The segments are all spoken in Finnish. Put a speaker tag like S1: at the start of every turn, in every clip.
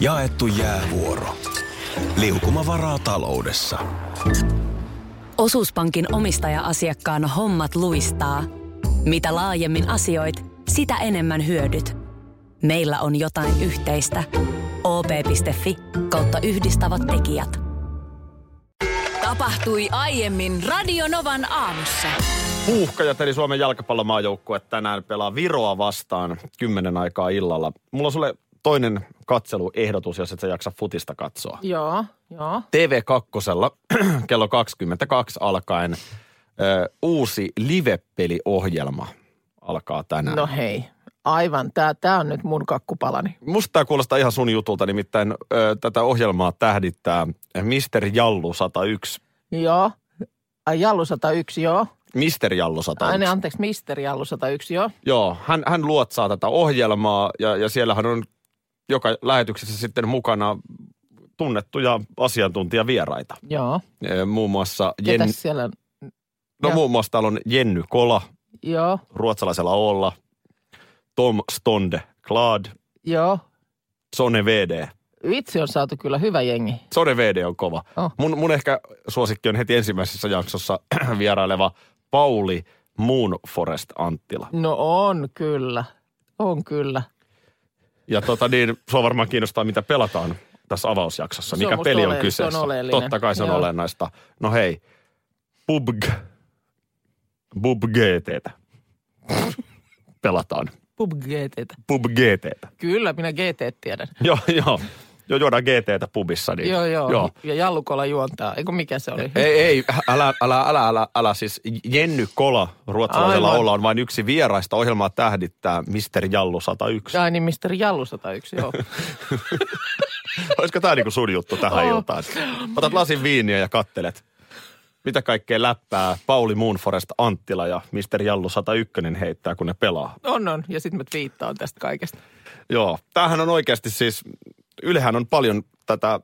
S1: Jaettu jäävuoro. Liukuma varaa taloudessa.
S2: Osuuspankin omistaja-asiakkaan hommat luistaa. Mitä laajemmin asioit, sitä enemmän hyödyt. Meillä on jotain yhteistä. op.fi kautta yhdistävät tekijät.
S3: Tapahtui aiemmin Radionovan aamussa.
S4: Huuhkajat eli Suomen jalkapallomaajoukkue tänään pelaa Viroa vastaan kymmenen aikaa illalla. Mulla on sulle toinen katseluehdotus, jos et sä jaksa futista katsoa.
S5: Joo, joo.
S4: TV2 kello 22 alkaen ö, uusi live-peliohjelma alkaa tänään.
S5: No hei, aivan. Tää, tää on nyt mun kakkupalani.
S4: Musta tämä kuulostaa ihan sun jutulta, nimittäin ö, tätä ohjelmaa tähdittää Mister Jallu 101.
S5: Joo. Ai Jallu 101, joo.
S4: Mister Jallu 101.
S5: Aine, anteeksi, misteri Jallu 101, joo.
S4: Joo, hän, hän luotsaa tätä ohjelmaa ja, ja siellähän on joka lähetyksessä sitten mukana tunnettuja asiantuntijavieraita.
S5: Joo.
S4: Ee, Muun muassa, Jen,
S5: Ketäs siellä on?
S4: no,
S5: ja-
S4: muun muassa täällä on Jenny Kola,
S5: Joo,
S4: ruotsalaisella Olla, Tom Stonde, Klaad,
S5: joo.
S4: Sone VD.
S5: Vitsi on saatu kyllä hyvä jengi.
S4: Sone VD on kova.
S5: Oh.
S4: Mun, mun ehkä suosikki on heti ensimmäisessä jaksossa vieraileva Pauli Moonforest Anttila.
S5: No on kyllä, on kyllä.
S4: Ja tota niin, sua varmaan kiinnostaa, mitä pelataan tässä avausjaksossa.
S5: Se on
S4: Mikä
S5: musta
S4: peli on
S5: oleellista, se on
S4: kyseessä.
S5: oleellinen.
S4: Totta kai se on
S5: Joo.
S4: olennaista. No hei, PUBG. PUBG GTtä. pelataan.
S5: Pub GTtä.
S4: PUBG GTtä.
S5: Kyllä, minä GT tiedän.
S4: Joo, joo. Joo, juodaan GTtä pubissa. Niin. Eh,
S5: Joo, joo. Ja Jallukola juontaa. Eikö mikä se oli?
S4: Ei, ei, älä, älä, älä, älä, älä. Siis Jenny Kola ruotsalaisella
S5: Aivan.
S4: olla on vain yksi vieraista ohjelmaa tähdittää Mister Jallu 101.
S5: Ai niin, misteri Jallu 101, joo.
S4: Olisiko tämä niinku sun juttu tähän
S5: Oo.
S4: iltaan? Otat lasin viiniä ja kattelet. Mitä kaikkea läppää Pauli Moonforest Anttila ja Mister Jallu 101 heittää, kun ne pelaa.
S5: On, on. Ja sitten mä twiittaan tästä kaikesta.
S4: Joo, tämähän on oikeasti siis, Ylehän on paljon tätä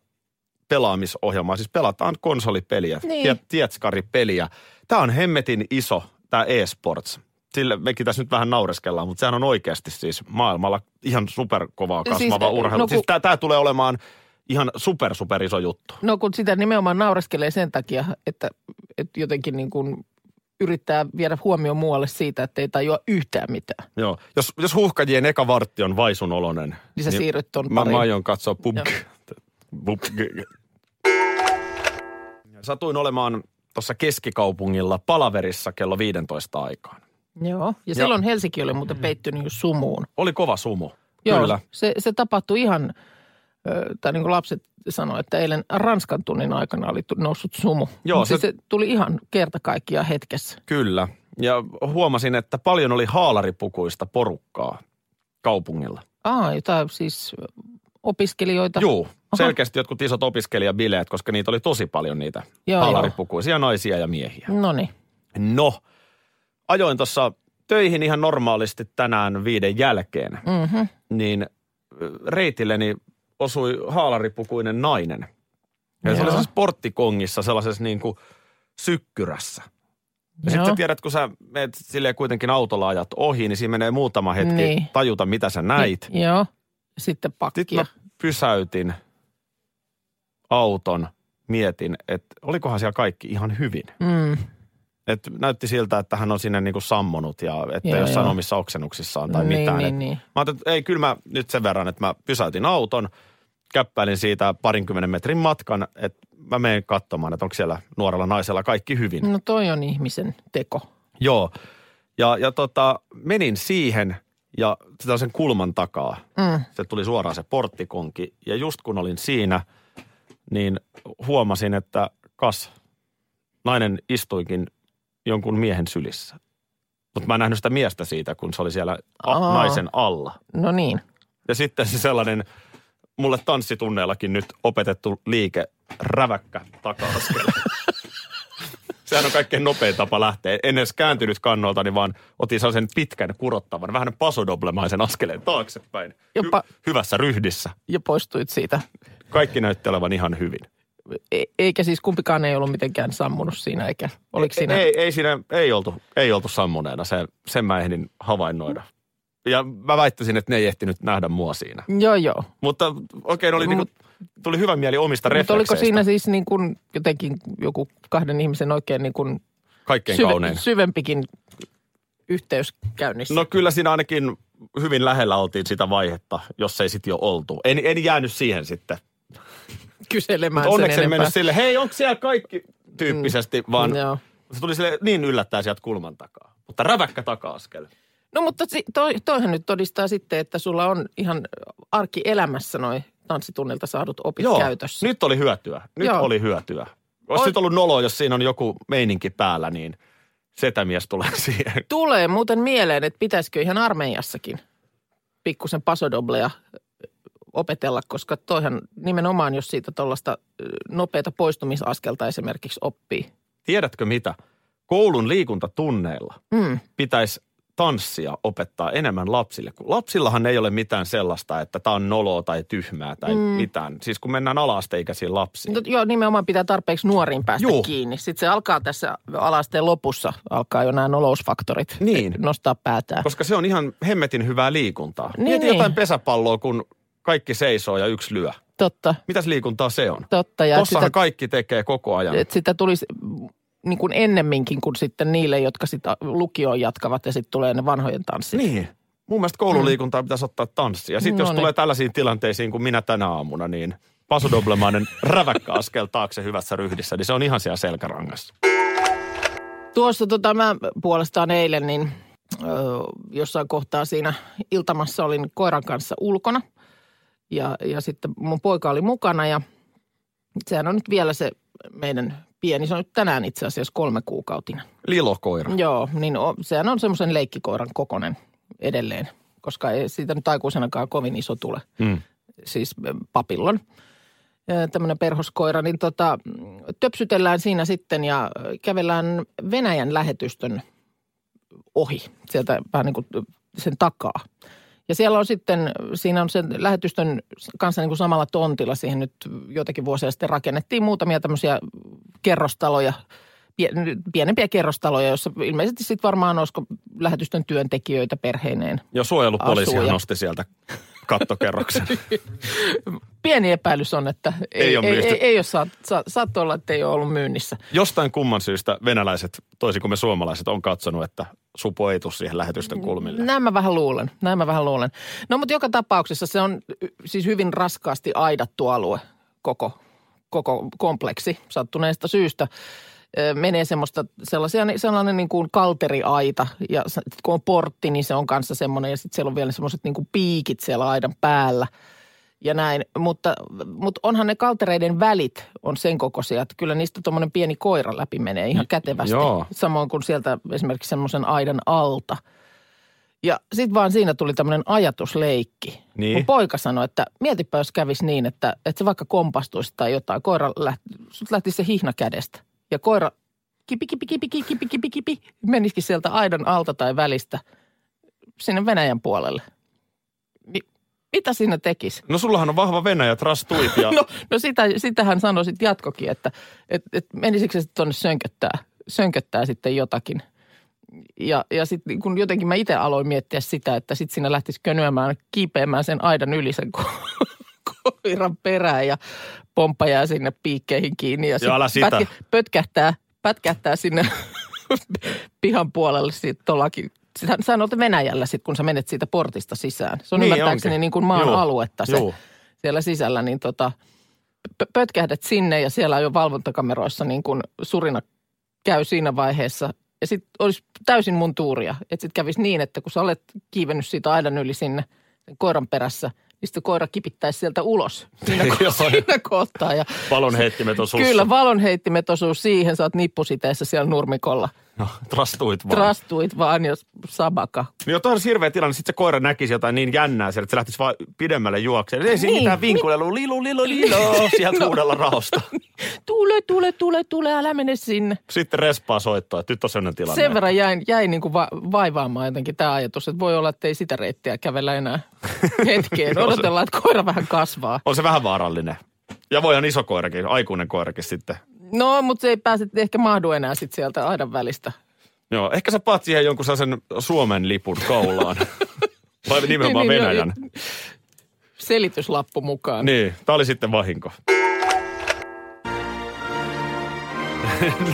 S4: pelaamisohjelmaa. Siis pelataan konsolipeliä,
S5: Niin.
S4: niin. tietskaripeliä. Tämä on hemmetin iso, tämä e-sports. Sille mekin tässä nyt vähän naureskellaan, mutta sehän on oikeasti siis maailmalla ihan superkovaa
S5: Siis,
S4: kasvava
S5: eh,
S4: siis, urheilu.
S5: no
S4: No,
S5: ku-
S4: Siis tämä, tämä tulee olemaan ihan super, super iso juttu.
S5: No kun sitä nimenomaan nauraskelee sen takia, että, että jotenkin niin kuin yrittää viedä huomioon muualle siitä, että ei tajua yhtään mitään.
S4: Joo. Jos, jos huuhkajien eka vartti on vaisun olonen,
S5: Niin sä siirryt ton
S4: mä,
S5: pariin.
S4: mä aion katsoa pubg.
S5: Joo.
S4: pubg. Satuin olemaan tuossa keskikaupungilla palaverissa kello 15 aikaan.
S5: Joo. Ja silloin Helsinki oli muuten peittynyt just sumuun.
S4: Oli kova sumu.
S5: Joo,
S4: Kyllä.
S5: Se, se tapahtui ihan, ö, tai niin kuin lapset sanoi, että eilen Ranskan tunnin aikana oli tu- noussut sumu.
S4: Joo, se-
S5: Mut siis se tuli ihan kerta kaikkiaan hetkessä.
S4: Kyllä. Ja huomasin, että paljon oli haalaripukuista porukkaa kaupungilla.
S5: Aa, jotain siis ö, opiskelijoita.
S4: Joo, selkeästi jotkut isot opiskelijabileet, koska niitä oli tosi paljon niitä
S5: Joo,
S4: haalaripukuisia naisia ja miehiä.
S5: No niin.
S4: No, ajoin tuossa töihin ihan normaalisti tänään viiden jälkeen,
S5: Mm-hmm.
S4: niin ö, reitilleni osui haalaripukuinen nainen. Ja se oli
S5: Joo.
S4: siis porttikongissa sellaisessa niin kuin sykkyrässä. Ja sitten sä tiedät, kun sä meet silleen kuitenkin autolla ajat ohi, niin siinä menee muutama hetki
S5: Niin.
S4: tajuta, mitä sä näit.
S5: Niin, joo. Sitten
S4: Sitten
S5: pakkia.
S4: mä pysäytin auton, mietin, että olikohan siellä kaikki ihan hyvin.
S5: Mm.
S4: Et näytti siltä, että hän on sinne niinku sammonut ja että
S5: Joo,
S4: joo, jossain
S5: joo.
S4: omissa oksennuksissaan tai
S5: niin,
S4: mitään.
S5: Niin,
S4: Et
S5: niin.
S4: Mä ajattelin, että ei, kyllä mä nyt sen verran, että mä pysäytin auton, käppäilin siitä parinkymmenen metrin matkan, että mä menen katsomaan, että onko siellä nuorella naisella kaikki hyvin.
S5: No toi on ihmisen teko.
S4: Joo. Ja, ja tota, menin siihen ja sitä sen kulman takaa.
S5: Mm.
S4: Se tuli suoraan se porttikonki. Ja just kun olin siinä, niin huomasin, että kas, nainen istuikin jonkun miehen sylissä. Mutta mä en nähnyt sitä miestä siitä, kun se oli siellä a-
S5: Aa.
S4: naisen alla.
S5: No niin.
S4: Ja sitten se sellainen mulle tanssitunneellakin nyt opetettu liike, räväkkä taka Sehän on kaikkein nopein tapa lähteä. En edes kääntynyt kannolta, niin vaan otin sellaisen pitkän kurottavan, vähän pasodoblemaisen askeleen taaksepäin.
S5: Jopa-
S4: hyvässä ryhdissä.
S5: Ja poistuit siitä.
S4: Kaikki näytti olevan ihan hyvin.
S5: E- eikä siis kumpikaan ei ollut mitenkään sammunut siinä, eikä? Oliko siinä?
S4: Ei, ei siinä, ei oltu, ei oltu sammuneena. Se, sen mä ehdin havainnoida. Ja mä väittäisin, että ne ei ehtinyt nähdä mua siinä.
S5: Joo, joo.
S4: Mutta okei, okay, oli niinku, tuli hyvä mieli omista
S5: Mutta
S4: reflekseistä.
S5: oliko siinä siis niin kuin jotenkin joku kahden ihmisen oikein niin kuin
S4: Kaikkein
S5: syve,
S4: kaunein.
S5: syvempikin yhteys käynnissä?
S4: No kyllä siinä ainakin hyvin lähellä oltiin sitä vaihetta, jos ei sitten jo oltu. En, en jäänyt siihen sitten.
S5: Kyselemään sen
S4: Onneksi en
S5: enempää. Mm,
S4: mennyt sille, hei onko siellä kaikki tyyppisesti, vaan
S5: Joo.
S4: se tuli sille niin yllättää sieltä kulman takaa. Mutta räväkkä taka-askel.
S5: No mutta si- toi, toihan nyt todistaa sitten, että sulla on ihan arkielämässä noin tanssitunnilta saadut opit
S4: Joo,
S5: käytössä.
S4: nyt oli hyötyä. Nyt
S5: Joo.
S4: oli hyötyä. Olisi
S5: Oi.
S4: nyt ollut nolo, jos siinä on joku meininki päällä, niin setämies tulee siihen.
S5: Tulee muuten mieleen, että pitäisikö ihan armeijassakin pikkusen pasodoblea opetella, koska toihan nimenomaan, jos siitä tuollaista nopeata poistumisaskelta esimerkiksi oppii.
S4: Tiedätkö mitä? Koulun liikuntatunneilla
S5: Mm.
S4: pitäisi tanssia opettaa enemmän lapsille. Kun lapsillahan ei ole mitään sellaista, että tämä on noloa tai tyhmää tai mm. mitään. Siis kun mennään ala-asteikäisiin lapsiin.
S5: No, joo, nimenomaan pitää tarpeeksi nuoriin päästä
S4: Niin. Juu.
S5: kiinni. Sitten se alkaa tässä alasteen lopussa, alkaa jo nämä nolousfaktorit
S4: Niin.
S5: nostaa päätään.
S4: Koska se on ihan hemmetin hyvää liikuntaa.
S5: Niin,
S4: Mieti
S5: niin.
S4: jotain pesäpalloa, kun kaikki seisoo ja yksi lyö.
S5: Totta,
S4: Mitäs liikuntaa se on?
S5: totta. Ja
S4: Tossahan
S5: sitä,
S4: kaikki tekee koko ajan.
S5: että sitä tulisi mm, niin kuin ennemminkin kuin sitten niille, jotka sitä lukioon jatkavat ja sitten tulee ne vanhojen tanssit.
S4: Niin. Mun mielestä koululiikuntaa
S5: Mm.
S4: pitäisi ottaa tanssia. Sitten jos
S5: Noniin.
S4: tulee tällaisiin tilanteisiin kuin minä tänä aamuna, niin pasodoblemainen räväkkä askel taakse hyvässä ryhdissä, niin se on ihan siellä selkärangassa.
S5: Tuossa tota, mä puolestaan eilen, niin ö, jossain kohtaa siinä iltamassa olin koiran kanssa ulkona. Ja, ja sitten mun poika oli mukana ja sehän on nyt vielä se meidän pieni, se on nyt tänään itse asiassa kolme kuukautinen.
S4: Lilokoira.
S5: Joo, niin o, sehän on semmoisen leikkikoiran kokonen edelleen, koska ei siitä nyt aikuisenakaan kovin iso tule.
S4: Mm.
S5: siis papillon, tämmöinen perhoskoira, niin tota, töpsytellään siinä sitten ja kävellään Venäjän lähetystön ohi, sieltä vähän niin kuin sen takaa. Ja siellä on sitten, siinä on sen lähetystön kanssa niin kuin samalla tontilla, siihen nyt joitakin vuosia sitten rakennettiin muutamia tämmöisiä kerrostaloja, pie- pienempiä kerrostaloja, joissa ilmeisesti sitten varmaan olisiko lähetystön työntekijöitä perheineen
S4: Ja suojelupoliisi
S5: Asuu ja-
S4: nosti sieltä kattokerroksen.
S5: pieni epäilys on, että ei,
S4: Ei
S5: ei,
S4: ole
S5: ei,
S4: myyty.
S5: ei, ei ole, saat, saat, saat olla, että ei ole ollut myynnissä.
S4: Jostain kumman syystä venäläiset, toisin kuin me suomalaiset, on katsonut, että supo ei tule siihen lähetysten kulmille.
S5: Niin. Näin mä vähän luulen, näin mä vähän luulen. No mutta joka tapauksessa se on y- siis hyvin raskaasti aidattu alue, koko, koko kompleksi sattuneesta syystä. Ö, Menee semmoista, sellaisia, sellainen niin kuin kalteriaita ja s- kun on portti, niin se on kanssa semmoinen ja sitten siellä on vielä semmoiset niin kuin piikit siellä aidan päällä. ja näin. Mutta, mutta onhan ne kaltereiden välit on sen kokoisia, että kyllä niistä tuommoinen pieni koira läpi menee ihan kätevästi.
S4: joo.
S5: Samoin kuin sieltä esimerkiksi semmoisen aidan alta. Ja sitten vaan siinä tuli tämmöinen ajatusleikki.
S4: Niin.
S5: Mun poika sanoi, että mietipä jos kävisi niin, että, että se vaikka kompastuisi tai jotain. Koira lähti, sut lähti se hihna kädestä. Ja koira kipi, kipi, kipi, kipi, kipi, kipi, kipi, menisikin sieltä aidan alta tai välistä sinne Venäjän puolelle. Ni, mitä siinä tekisi?
S4: No sullahan on vahva Venäjä, trastuit ja... niin
S5: No, no sitä, sitä hän sanoi sitten jatkokin, että et, et menisikö se sitten tuonne sönköttää, sönköttää sitten jotakin. Ja, ja sitten kun jotenkin mä itse aloin miettiä sitä, että sitten siinä lähtisi könyämään, kiipeämään sen aidan yli sen ko- koiran perään ja pomppa jää sinne piikkeihin kiinni. Ja sit
S4: Joo, älä sitä.
S5: pötkähtää, pätkähtää sinne pihan puolelle sitten tuollakin. Sä, sä olet Venäjällä sitten, kun sä menet siitä portista sisään. Se on
S4: Niin
S5: niin, ymmärtääkseni
S4: onkin.
S5: niin kuin maan
S4: Joo,
S5: aluetta se
S4: joo.
S5: siellä sisällä, niin tota, pö- pötkähdät sinne ja siellä on jo valvontakameroissa niin kuin surina käy siinä vaiheessa. Ja sitten olisi täysin mun tuuria, että sitten kävisi niin, että kun sä olet kiivennyt siitä aidan yli sinne sen koiran perässä, niin sitten koira kipittäisi sieltä ulos siinä, ko-
S4: Joo.
S5: siinä kohtaa. Ja
S4: Palon heittimet on sussa.
S5: kyllä valonheittimet osuu siihen, sä oot nippusiteessä siellä nurmikolla.
S4: No, trastuit vaan.
S5: Trastuit vaan, jos sabaka.
S4: Niin on tosi hirveä tilanne, sitten se koira näkisi jotain niin jännää siellä, että se lähtisi vaan pidemmälle juokseen. Ei siinä
S5: Niin.
S4: mitään vinkuilelua, lilu, lilu, lilo, sieltä no. uudella rahosta.
S5: Tule, tule, tule, tule, älä mene sinne.
S4: Sitten respaa soittaa, että nyt on sellainen tilanne.
S5: Sen verran jäin, jäi niin kuin va- vaivaamaan jotenkin tämä ajatus, että voi olla, että ei sitä reittiä kävellä enää hetkeen.
S4: Joo, se-
S5: Odotellaan, että koira vähän kasvaa.
S4: On se vähän vaarallinen. Ja voihan iso koirakin, aikuinen koirakin sitten.
S5: No, mutta se ei pääse ehkä mahdu enää sit sieltä aidan välistä.
S4: Joo, ehkä sä paat siihen jonkun sellaisen Suomen lipun kaulaan. Vai nimenomaan
S5: Niin, niin,
S4: Venäjän.
S5: Selityslappu mukaan.
S4: Niin, tämä oli sitten vahinko.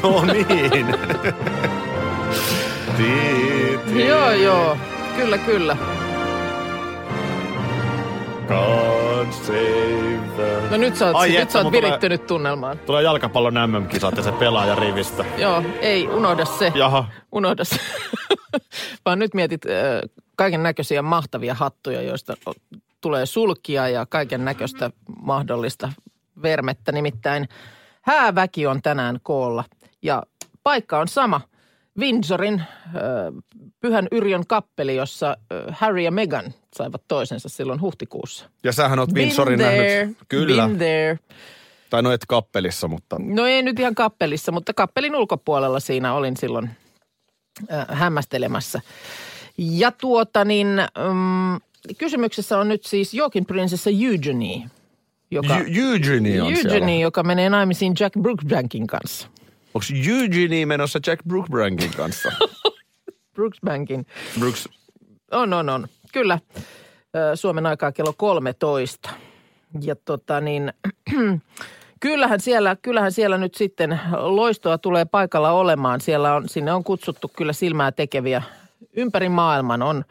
S4: no niin. Tiit.
S5: Joo, joo. Kyllä, kyllä.
S4: God save the...
S5: No nyt sä oot,
S4: Ai
S5: nyt
S4: että,
S5: sä oot
S4: mun tulee-
S5: virittynyt tunnelmaan.
S4: Tulee jalkapallon MM-kisat ja se pelaaja rivistä.
S5: Joo, ei, unohda se.
S4: Jaha,
S5: Unohda se. Vaan nyt mietit äh, kaiken näköisiä mahtavia hattuja, joista o- tulee sulkia ja kaiken näköistä mahdollista vermettä. Nimittäin hääväki on tänään koolla ja paikka on sama. Windsorin ö, Pyhän Yrjön kappeli, jossa ö, Harry ja Meghan saivat toisensa silloin huhtikuussa.
S6: Ja sähän oot
S5: Been
S6: Windsorin
S5: there,
S6: nähnyt. Kyllä.
S5: Been there.
S6: Tai no et kappelissa, mutta
S5: No ei nyt ihan kappelissa, mutta kappelin ulkopuolella siinä olin silloin äh, hämmästelemässä. Ja tuota niin, mm, kysymyksessä on nyt siis Jokin prinsessa Eugenie, joka,
S6: Y- Eugenie on Eugenie.
S5: Eugenie,
S6: siellä.
S5: joka menee naimisiin Jack Brooksbankin kanssa.
S6: Onko Eugenie menossa Jack Brookbrankin kanssa?
S5: Brooksbankin.
S6: Brooks,
S5: On, on, on. Kyllä. Ö, Suomen aikaa kello 13. Ja tota niin, kyllähän siellä, kyllähän siellä nyt sitten loistoa tulee paikalla olemaan. Siellä on, sinne on kutsuttu kyllä silmää tekeviä ympäri maailman. On,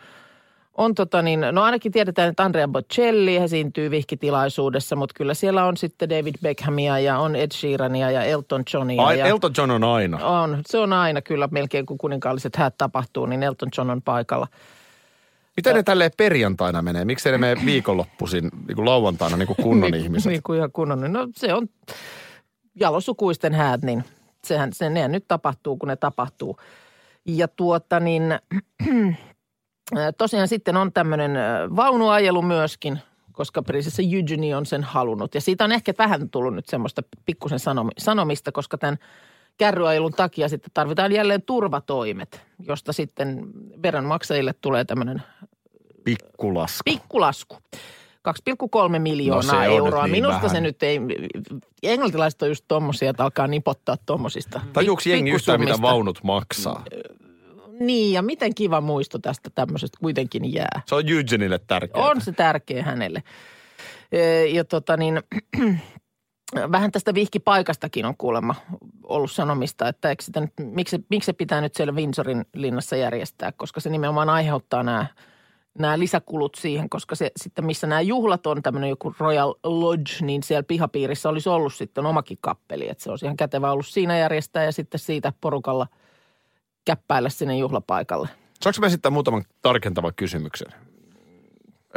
S5: on tota niin, no ainakin tiedetään, että Andrea Bocelli esiintyy vihkitilaisuudessa, mutta kyllä siellä on sitten David Beckhamia ja on Ed Sheerania ja Elton Johnia.
S6: Ai,
S5: Niin ja...
S6: Elton John on aina.
S5: on, se on aina kyllä melkein, kun kuninkaalliset häät tapahtuu, niin Elton John on paikalla.
S6: Miten ne tälleen perjantaina menee? Miksei ne mene viikonloppuisin, niin kuin lauantaina, niin kuin kunnon ihmiset?
S5: Niin kuin ihan kunnon. No se on jalosukuisten häät, niin sehän, se, ne nyt tapahtuu, kun ne tapahtuu. Ja tuota niin, äh, tosiaan sitten on tämmöinen äh, vaunuajelu myöskin, koska prinsessa Eugenie on sen halunnut. Ja siitä on ehkä vähän tullut nyt semmoista pikkusen sanomi- sanomista, koska tämän kärryajelun takia sitten tarvitaan jälleen turvatoimet, josta sitten veronmaksajille tulee tämmöinen
S6: Pikkulasku.
S5: pikkulasku. 2,3
S6: No
S5: miljoonaa
S6: se on nyt
S5: euroa.
S6: niin
S5: Minusta
S6: vähän.
S5: se nyt ei, englantilaiset on just tommosia, että alkaa nipottaa tommosista.
S6: Tajuuks
S5: pik-
S6: jengi yhtään, mitä
S5: pikkusummista.
S6: vaunut maksaa?
S5: Niin, ja miten kiva muisto tästä tämmöisestä kuitenkin jää.
S6: Se on Eugenille tärkeää.
S5: On se tärkeä hänelle. Ee, Ja tota niin, vähän tästä vihkipaikastakin on kuulemma ollut sanomista, että eikö sitä nyt, miksi, miksi se pitää nyt siellä Windsorin linnassa järjestää, koska se nimenomaan aiheuttaa nämä, nämä lisäkulut siihen, koska se sitten missä nämä juhlat on, tämmöinen joku Royal Lodge, niin siellä pihapiirissä olisi ollut sitten omakin kappeli, että se olisi ihan kätevä ollut siinä järjestää ja sitten siitä porukalla käppäillä sinne juhlapaikalle.
S6: Saanko mä esittää muutaman tarkentavan kysymyksen?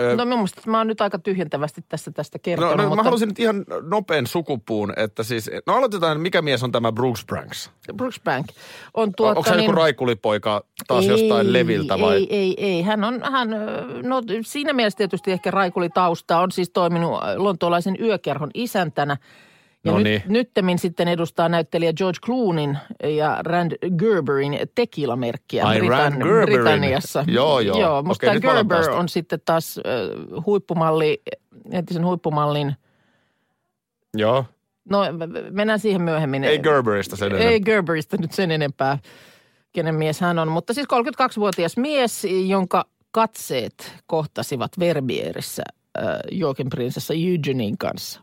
S6: Ö,
S5: No mun mielestä mä oon nyt aika tyhjentävästi tässä tästä
S6: no,
S5: kertonut,
S6: no, mä
S5: mutta
S6: haluaisin nyt ihan nopean sukupuun, että siis, no aloitetaan, mikä mies on tämä Brooks Branks?
S5: Brooks Bank on
S6: Tuota,
S5: tuota
S6: Onko se
S5: niin...
S6: joku raikulipoika taas jostain leviltä vai?
S5: Ei, ei, ei. Hän on, hän, ö, no siinä mielessä tietysti ehkä raikulitausta on siis toiminut ö, lontoolaisen yökerhon isäntänä. Ja
S6: No
S5: nyt,
S6: niin.
S5: nyttemmin sitten edustaa näyttelijä George Cloonin ja Rand Gerberin tequila-merkkiä
S6: Ai, Rand Gerberin.
S5: Britanniassa.
S6: Joo, joo.
S5: joo musta
S6: Okei, nyt mä
S5: tämä
S6: olen
S5: Gerber
S6: päästä.
S5: on sitten taas äh, huippumalli, entisen huippumallin,
S6: Joo,
S5: no mennään siihen myöhemmin.
S6: ei Gerberistä sen
S5: Ei
S6: ei.
S5: Gerberistä nyt sen enempää, kenen mies hän on. Mutta siis 32-vuotias mies, jonka katseet kohtasivat Verbierissä äh, Joakin prinsessa Eugenin kanssa.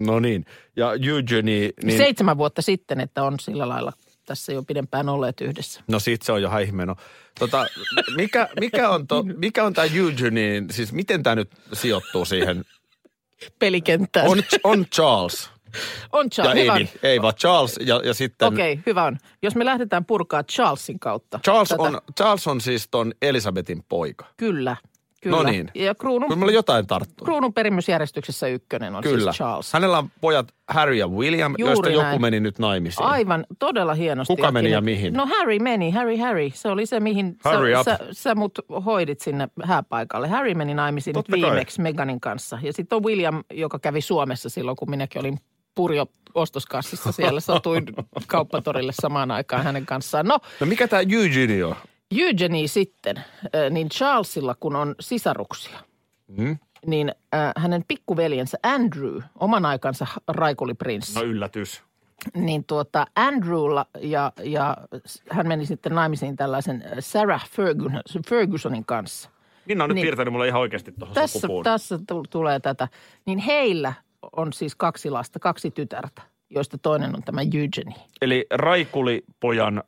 S6: No niin, ja Eugenie,
S5: Niin.
S6: niin...
S5: Seitsemän vuotta sitten, että on sillä lailla tässä jo pidempään olleet yhdessä.
S6: No sit se on jo häihmeno. Tota, mikä, mikä on, to, mikä on tämä Eugenie, siis miten tämä nyt sijoittuu siihen?
S5: Pelikenttään.
S6: On, on Charles
S5: on
S6: ja
S5: Charles. hyvä on.
S6: Edi, ei vaan Charles ja, ja sitten...
S5: Okei, okay, hyvä on. Jos me lähdetään purkaa Charlesin kautta.
S6: Charles
S5: tätä-
S6: on, Charles on siis ton Elisabetin poika.
S5: Kyllä, kyllä.
S6: No niin.
S5: Ja kruunun,
S6: Kyllä mulla jotain tarttuu.
S5: kruunun perimysjärjestyksessä ykkönen on
S6: Kyllä.
S5: siis Charles.
S6: Hänellä on pojat Harry ja William,
S5: Juuri
S6: joista joku
S5: näin.
S6: meni nyt naimisiin.
S5: Aivan, todella hienosti.
S6: Kuka meni
S5: Aki.
S6: ja mihin?
S5: No Harry meni, Harry, Harry. Se oli se, mihin
S6: Hurry
S5: sä,
S6: up.
S5: sä, sä mut hoidit sinne hääpaikalle. Harry meni naimisiin nyt
S6: Totta kai.
S5: viimeksi Meganin kanssa. Ja sitten on William, joka kävi Suomessa silloin, kun minäkin olin purjo ostoskassissa siellä. Satuin kauppatorille samaan aikaan hänen kanssaan. No,
S6: No mikä tämä Eugenie on?
S5: Eugenie sitten, äh, niin Charlesilla kun on sisaruksia, mm. niin äh, hänen pikkuveljensä Andrew, oman aikansa raikuliprinssi
S4: no yllätys.
S5: niin tuota Andrewlla ja, ja s- hän meni sitten naimisiin tällaisen Sarah Ferguson, äh, Fergusonin kanssa.
S4: Minna on nyt
S5: Niin.
S4: piirtänyt mulle ihan oikeasti tuohon
S5: Tässä,
S4: sukupuun.
S5: tässä tu- tulee tätä. Niin heillä on siis kaksi lasta, kaksi tytärtä, joista toinen on tämä Eugenie.
S4: Eli Raikuli-pojan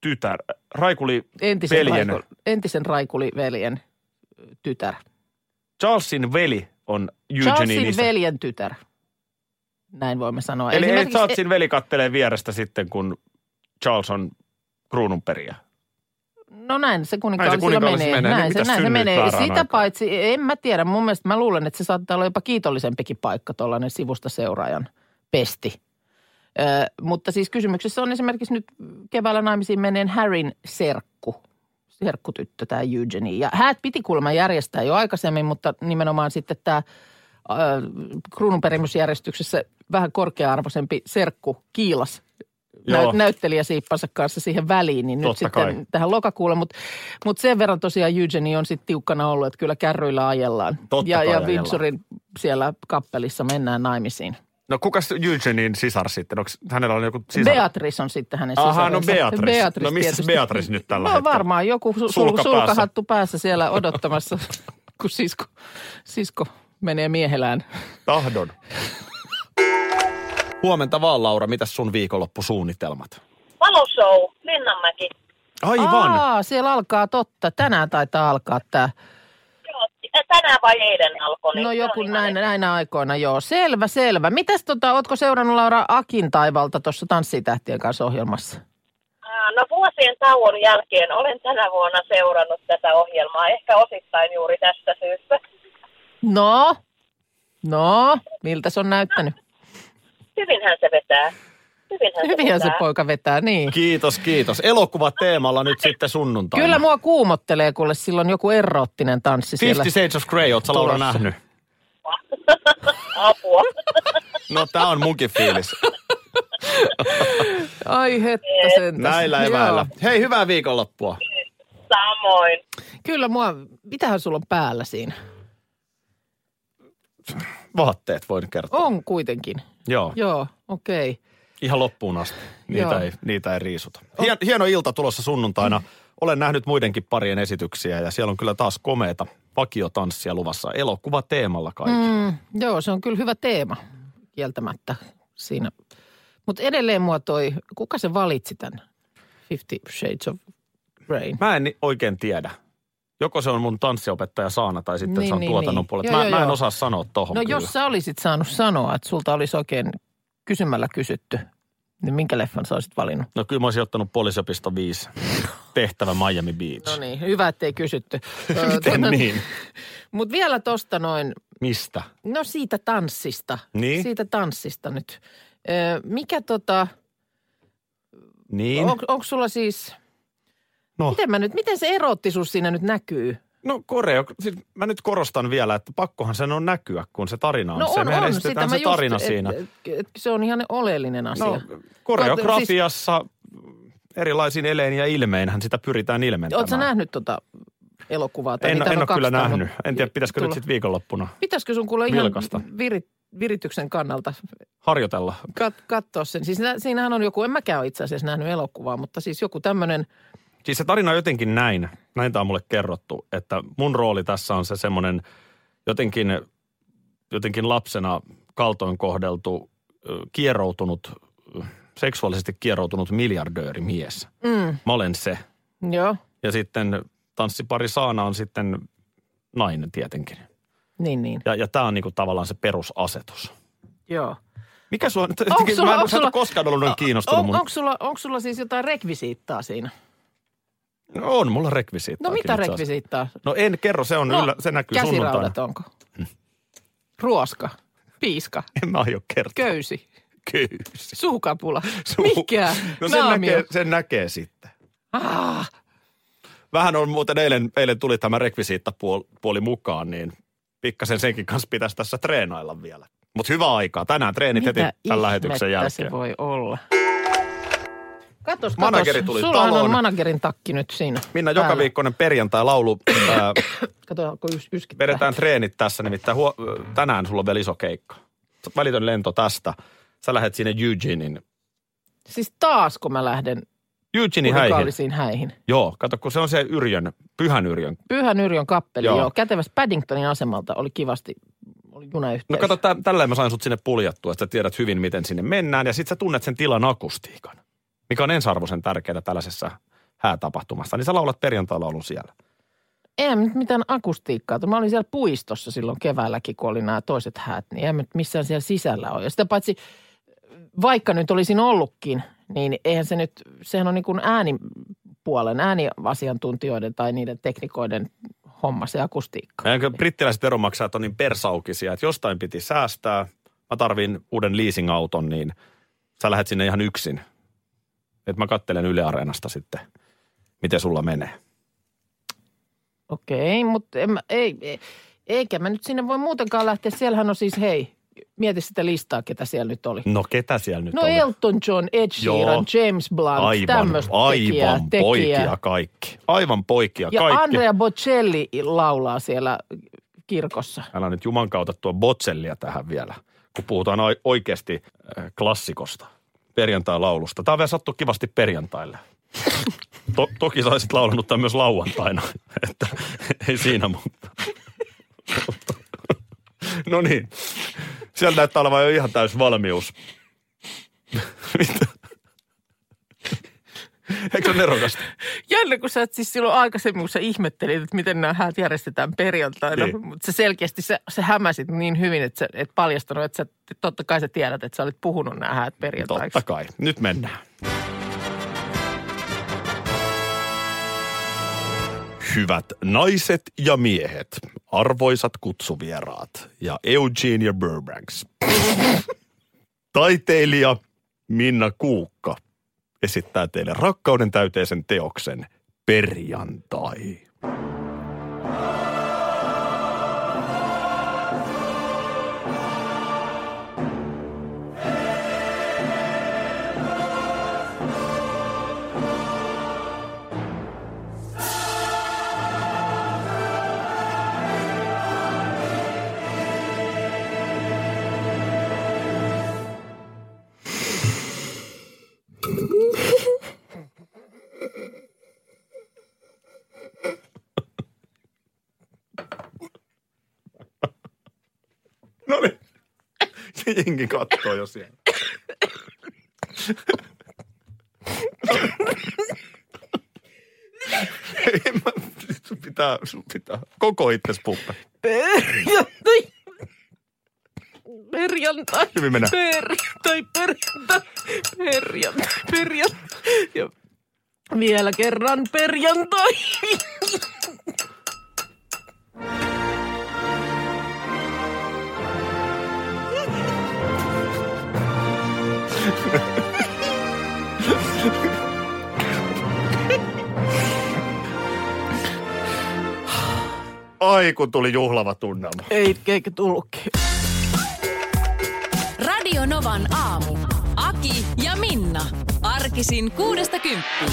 S4: tytär, Raikuli
S5: Entisen,
S4: Veljen.
S5: raikul, entisen raikuliveljen äh, tytär.
S4: Charlesin veli on Eugenin
S5: Charlesin
S4: isä.
S5: veljen tytär. Näin voimme sanoa.
S4: Eli ei
S5: Esimerkiksi- e-
S4: Charlesin veli kattelee vierestä sitten, kun Charles on kruununperiä.
S5: No näin se
S4: Näin se
S5: kuninkaan se menee.
S4: kuninkaallisilla menee.
S5: Näin,
S4: Niin
S5: se,
S4: mitäs
S5: näin se
S4: synnyit
S5: menee.
S4: väärään
S5: Sitä
S4: aikaan?
S5: paitsi, en mä tiedä. Mun mielestä mä luulen, että se saattaa olla jopa kiitollisempikin paikka tuollainen sivusta seuraajan pesti. Ö, mutta siis kysymyksessä on esimerkiksi nyt keväällä naimisiin menneen Harryn serkku, serkkutyttö tämä Eugenie. Ja häät piti kuulemma järjestää jo aikaisemmin, mutta nimenomaan sitten tämä ö, kruununperimysjärjestyksessä vähän korkea-arvoisempi serkku kiilas
S4: Joo.
S5: nä- näyttelijäsiippansa kanssa siihen väliin, niin
S4: Totta
S5: nyt sitten
S4: kai.
S5: tähän lokakuulle. Mutta mut sen verran tosiaan Eugenie on sitten tiukkana ollut, että kyllä kärryillä ajellaan.
S4: Totta
S5: ja,
S4: kai
S5: ja
S4: ajellaan.
S5: Windsorin siellä kappelissa mennään naimisiin.
S4: No kukas Eugenin sisar sitten? Onko hänellä on joku
S5: Sisar.
S4: sisar?
S5: Beatrice on sitten hänen
S4: Siis- Aha,
S5: sisarensa.
S4: no Beatrice.
S5: Beatrice
S4: No missäs
S5: tietysti.
S4: Beatrice nyt tällä
S5: no,
S4: hetkellä?
S5: varmaan joku su-
S4: Sulka
S5: sulka
S4: päässä.
S5: sulkahattu päässä siellä odottamassa, kun sisko, sisko menee miehelään.
S4: Tahdon.
S6: Huomenta vaan, Laura. Mitäs sun viikonloppusuunnitelmat?
S7: Valoshow, Linnanmäki.
S4: Aivan.
S5: Aa, siellä alkaa totta. Tänään taitaa alkaa tämä
S7: Joo, tänään vai eilen alkoi? niin
S5: No
S7: se
S5: joku
S7: on ihan
S5: näin, näinä aikoina, joo. Selvä, selvä. Mitäs tota, ootko seurannut Laura Akin taivalta tuossa Tanssitähtien kanssa ohjelmassa?
S7: Ää, No vuosien tauon jälkeen olen tänä vuonna seurannut tätä ohjelmaa, ehkä osittain juuri tästä syystä.
S5: No, no, miltä se on näyttänyt?
S7: Hyvinhän se vetää. Hyvinhän se,
S5: Hyvinhän se
S7: vetää.
S5: poika vetää, niin.
S6: Kiitos, kiitos. Elokuva teemalla nyt sitten sunnuntaina.
S5: Kyllä mua kuumottelee, kuule silloin joku erottinen tanssi siellä.
S6: Fifty Shades of Grey, oot sä Laura
S5: Tulossa.
S6: nähnyt?
S7: Apua.
S6: No tää on munkin fiilis.
S5: Ai hetta sentäs.
S6: Näillä
S5: Joo.
S6: eväillä. Hei, hyvää viikonloppua.
S7: Samoin.
S5: Kyllä mua, mitähän sulla on päällä siinä?
S6: Vaatteet voin kertoa.
S5: On kuitenkin.
S6: Joo,
S5: Oh, Joo, okei. Okay.
S6: ihan loppuun asti.
S5: Joo. Oh.
S6: Niitä ei, niitä ei riisuta. Hien, hieno ilta tulossa sunnuntaina. Olen nähnyt muidenkin parien esityksiä ja siellä on kyllä taas komeita vakiotanssia luvassa. Elokuva teemalla kaikki.
S5: Mm, joo, se on kyllä hyvä teema kieltämättä siinä. Mutta edelleen mua toi, kuka se valitsi tämän Fifty Shades of Grey?
S4: Mä en ni- oikein tiedä. Joko se on mun tanssiopettaja Saana tai sitten
S5: Niin,
S4: se on
S5: niin,
S4: tuotannon
S5: niin.
S4: puolella.
S5: Joo,
S4: Mä,
S5: joo,
S4: mä en
S5: joo.
S4: osaa sanoa tohon
S5: No
S4: kyllä.
S5: jos sä olisit saanut sanoa, että sulta olisi oikein kysymällä kysytty, niin minkä leffan sä olisit valinnut?
S4: No kyllä mä olisin ottanut poliisiopisto 5 tehtävä Miami Beach.
S5: No niin, hyvä ettei kysytty.
S4: Miten niin?
S5: Mutta vielä tosta noin,
S4: Mistä?
S5: no siitä tanssista.
S4: Niin?
S5: Siitä tanssista nyt. Ö, mikä tota,
S4: Niin?
S5: on, onko sulla siis,
S4: No.
S5: no. miten mä nyt, miten se erottisuus siinä nyt näkyy?
S4: No koreo, siis mä nyt korostan vielä, että pakkohan sen on näkyä, kun se tarina on
S5: No
S4: se. Mehän esitetään se tarina
S5: et-
S4: siinä.
S5: Et, et, se on ihan oleellinen asia.
S4: No koreografiassa erilaisin elein ja ilmeinhän sitä pyritään ilmentämään.
S5: Oletko sä nähnyt tota elokuvaa? Tai
S4: En,
S5: niitä
S4: en
S5: on
S4: ole kyllä
S5: kaksi tainnut
S4: nähnyt. En tiedä, pitäisikö
S5: tulla.
S4: nyt sitten viikonloppuna
S5: Pitäisikö sun kuulla ihan
S4: Vilkaista.
S5: virit, virityksen kannalta
S4: harjoitella.
S5: kat, katsoa sen? Siis nä, siinähän on joku, en mäkään ole itse asiassa nähnyt elokuvaa, mutta siis joku tämmöinen,
S4: Siis se tarina on jotenkin näin, näin tämä on mulle kerrottu, että mun rooli tässä on se semmoinen jotenkin, jotenkin lapsena kaltoin kohdeltu, ö, kieroutunut, ö, seksuaalisesti kieroutunut miljardöörimies.
S5: mm,
S4: Mä olen se.
S5: joo,
S4: Ja sitten tanssipari Saana on sitten nainen tietenkin.
S5: niin niin,
S4: Ja, ja tämä on niinku tavallaan se perusasetus.
S5: joo.
S4: Mikä sua, nyt-
S5: Onks
S4: jotenkin,
S5: sulla-
S4: mä en
S5: onks
S4: sä et oo
S5: sulla-
S4: koskaan ollut noin kiinnostunut
S5: On,
S4: mun.
S5: onko, sulla, onko sulla siis jotain rekvisiittaa siinä?
S4: No on mulla rekvisiittaa.
S5: No mitä rekvisiittaa?
S4: No en kerro, se on no,
S5: No,
S4: yllä, se näkyy sunnuntaina.
S5: Käsiraudat onko? Ruoska, piiska,
S4: En mä aio kertoa.
S5: köysi.
S4: Köys.
S5: Suukapula. Mikä?
S4: No sen
S5: Naamio.
S4: näkee, sen näkee sitten.
S5: Ah,
S4: Vähän on muuten eilen, eilen tuli tämä rekvisiittapuoli mukaan, niin pikkasen senkin kanssa pitäisi tässä treenailla vielä. Mutta hyvä aikaa. Tänään treenit
S5: mitä
S4: heti tämän lähetyksen
S5: ihmettä se
S4: jälkeen.
S5: voi olla? Katos,
S4: Manageri
S5: katos.
S4: tuli
S5: Sullahan
S4: taloon.
S5: on managerin takki nyt siinä.
S4: Minna, joka
S5: päällä.
S4: viikkoinen perjantai-laulu. Ää,
S5: Kato, kun ys- yskittää.
S4: vedetään treenit tässä, nimittäin huo, äh, tänään sulla on vielä iso keikka. Välitön lento tästä. Sä lähet sinne Eugenin.
S5: Siis taas, kun mä lähden
S4: Eugene Niin, Häihin.
S5: unikaalisiin häihin.
S4: Joo, kato, kun se on se Yrjön, Pyhän Yrjön.
S5: Pyhän Yrjön kappeli, joo.
S4: Joo.
S5: joo. Kätevästä Paddingtonin asemalta oli kivasti oli junayhteys.
S4: No kato, tä- tällä mä sain sut sinne puljattua, että sä tiedät hyvin, miten sinne mennään. Ja sit sä tunnet sen tilan akustiikan, mikä on ensiarvoisen tärkeää tällaisessa häätapahtumassa. Niin sä laulat perjantai-laulun siellä.
S5: Eihän nyt mitään akustiikkaa. Mä olin siellä puistossa silloin keväälläkin, kun oli nämä toiset häät, niin eihän mä nyt missään siellä sisällä ole. Ja sitä paitsi, vaikka nyt olisin ollutkin, niin eihän se nyt, sehän on niin kuin äänipuolen, ääniasiantuntijoiden tai niiden teknikoiden homma se akustiikka.
S4: Eikö brittiläiset veronmaksajat on niin persaukisia, että jostain piti säästää. Mä tarviin uuden leasingauton, niin sä lähet sinne ihan yksin. Että mä kattelen Yle Areenasta sitten, miten sulla menee.
S5: Okei, mutta en mä, ei, ei, eikä mä nyt sinne voi muutenkaan lähteä. Siellähän on siis, hei, mieti sitä listaa, ketä siellä nyt oli.
S4: No ketä siellä nyt
S5: No
S4: on?
S5: Elton John, Ed Sheeran, James Blunt,
S4: aivan,
S5: tämmöistä tekijää.
S4: aivan
S5: tekijää.
S4: poikia kaikki. Aivan poikia
S5: Ja
S4: kaikki.
S5: Andrea Bocelli laulaa siellä kirkossa.
S4: Älä nyt juman kautta tuo botsellia tähän vielä, kun puhutaan ai- oikeasti äh, klassikosta, perjantai-laulusta. Tämä on vielä sattu kivasti perjantaille. To- toki saisit laulanut tämän myös lauantaina, että ei siinä mutta. No niin, siellä näyttää olevan jo ihan täys valmius. Mitä? Eikö se ole nerokasta?
S5: Jännä, kun sä oot siis silloin aikaisemmin, kun sä ihmettelit, että miten nämä häät järjestetään perjantaina.
S4: Niin.
S5: Mutta sä selkeästi sä, sä hämäsit niin hyvin, että sä et paljastanut, että sä, totta kai sä tiedät, että sä olit puhunut nämä häät perjantaiksi.
S4: Niin, Totta kai. Nyt mennään. Hyvät naiset ja miehet, arvoisat kutsuvieraat ja Eugenia Burbanks. Taiteilija Minna Kuukka esittää teille rakkauden täyteisen teoksen Perjantai. No niin. Jengi kattoo jo siellä. Ei, mä, sun pitää, sun pitää koko itses puppe.
S5: Perjantai. Perjantai.
S4: Hyvin mennään.
S5: Perjantai, perjantai, perjantai, perjantai. Ja vielä kerran perjantai.
S4: Ai kun tuli juhlava tunnelma.
S5: Ei, eikä tullutkin.
S2: Radio Novan aamu. Aki ja Minna. Arkisin kuudesta kymppiin.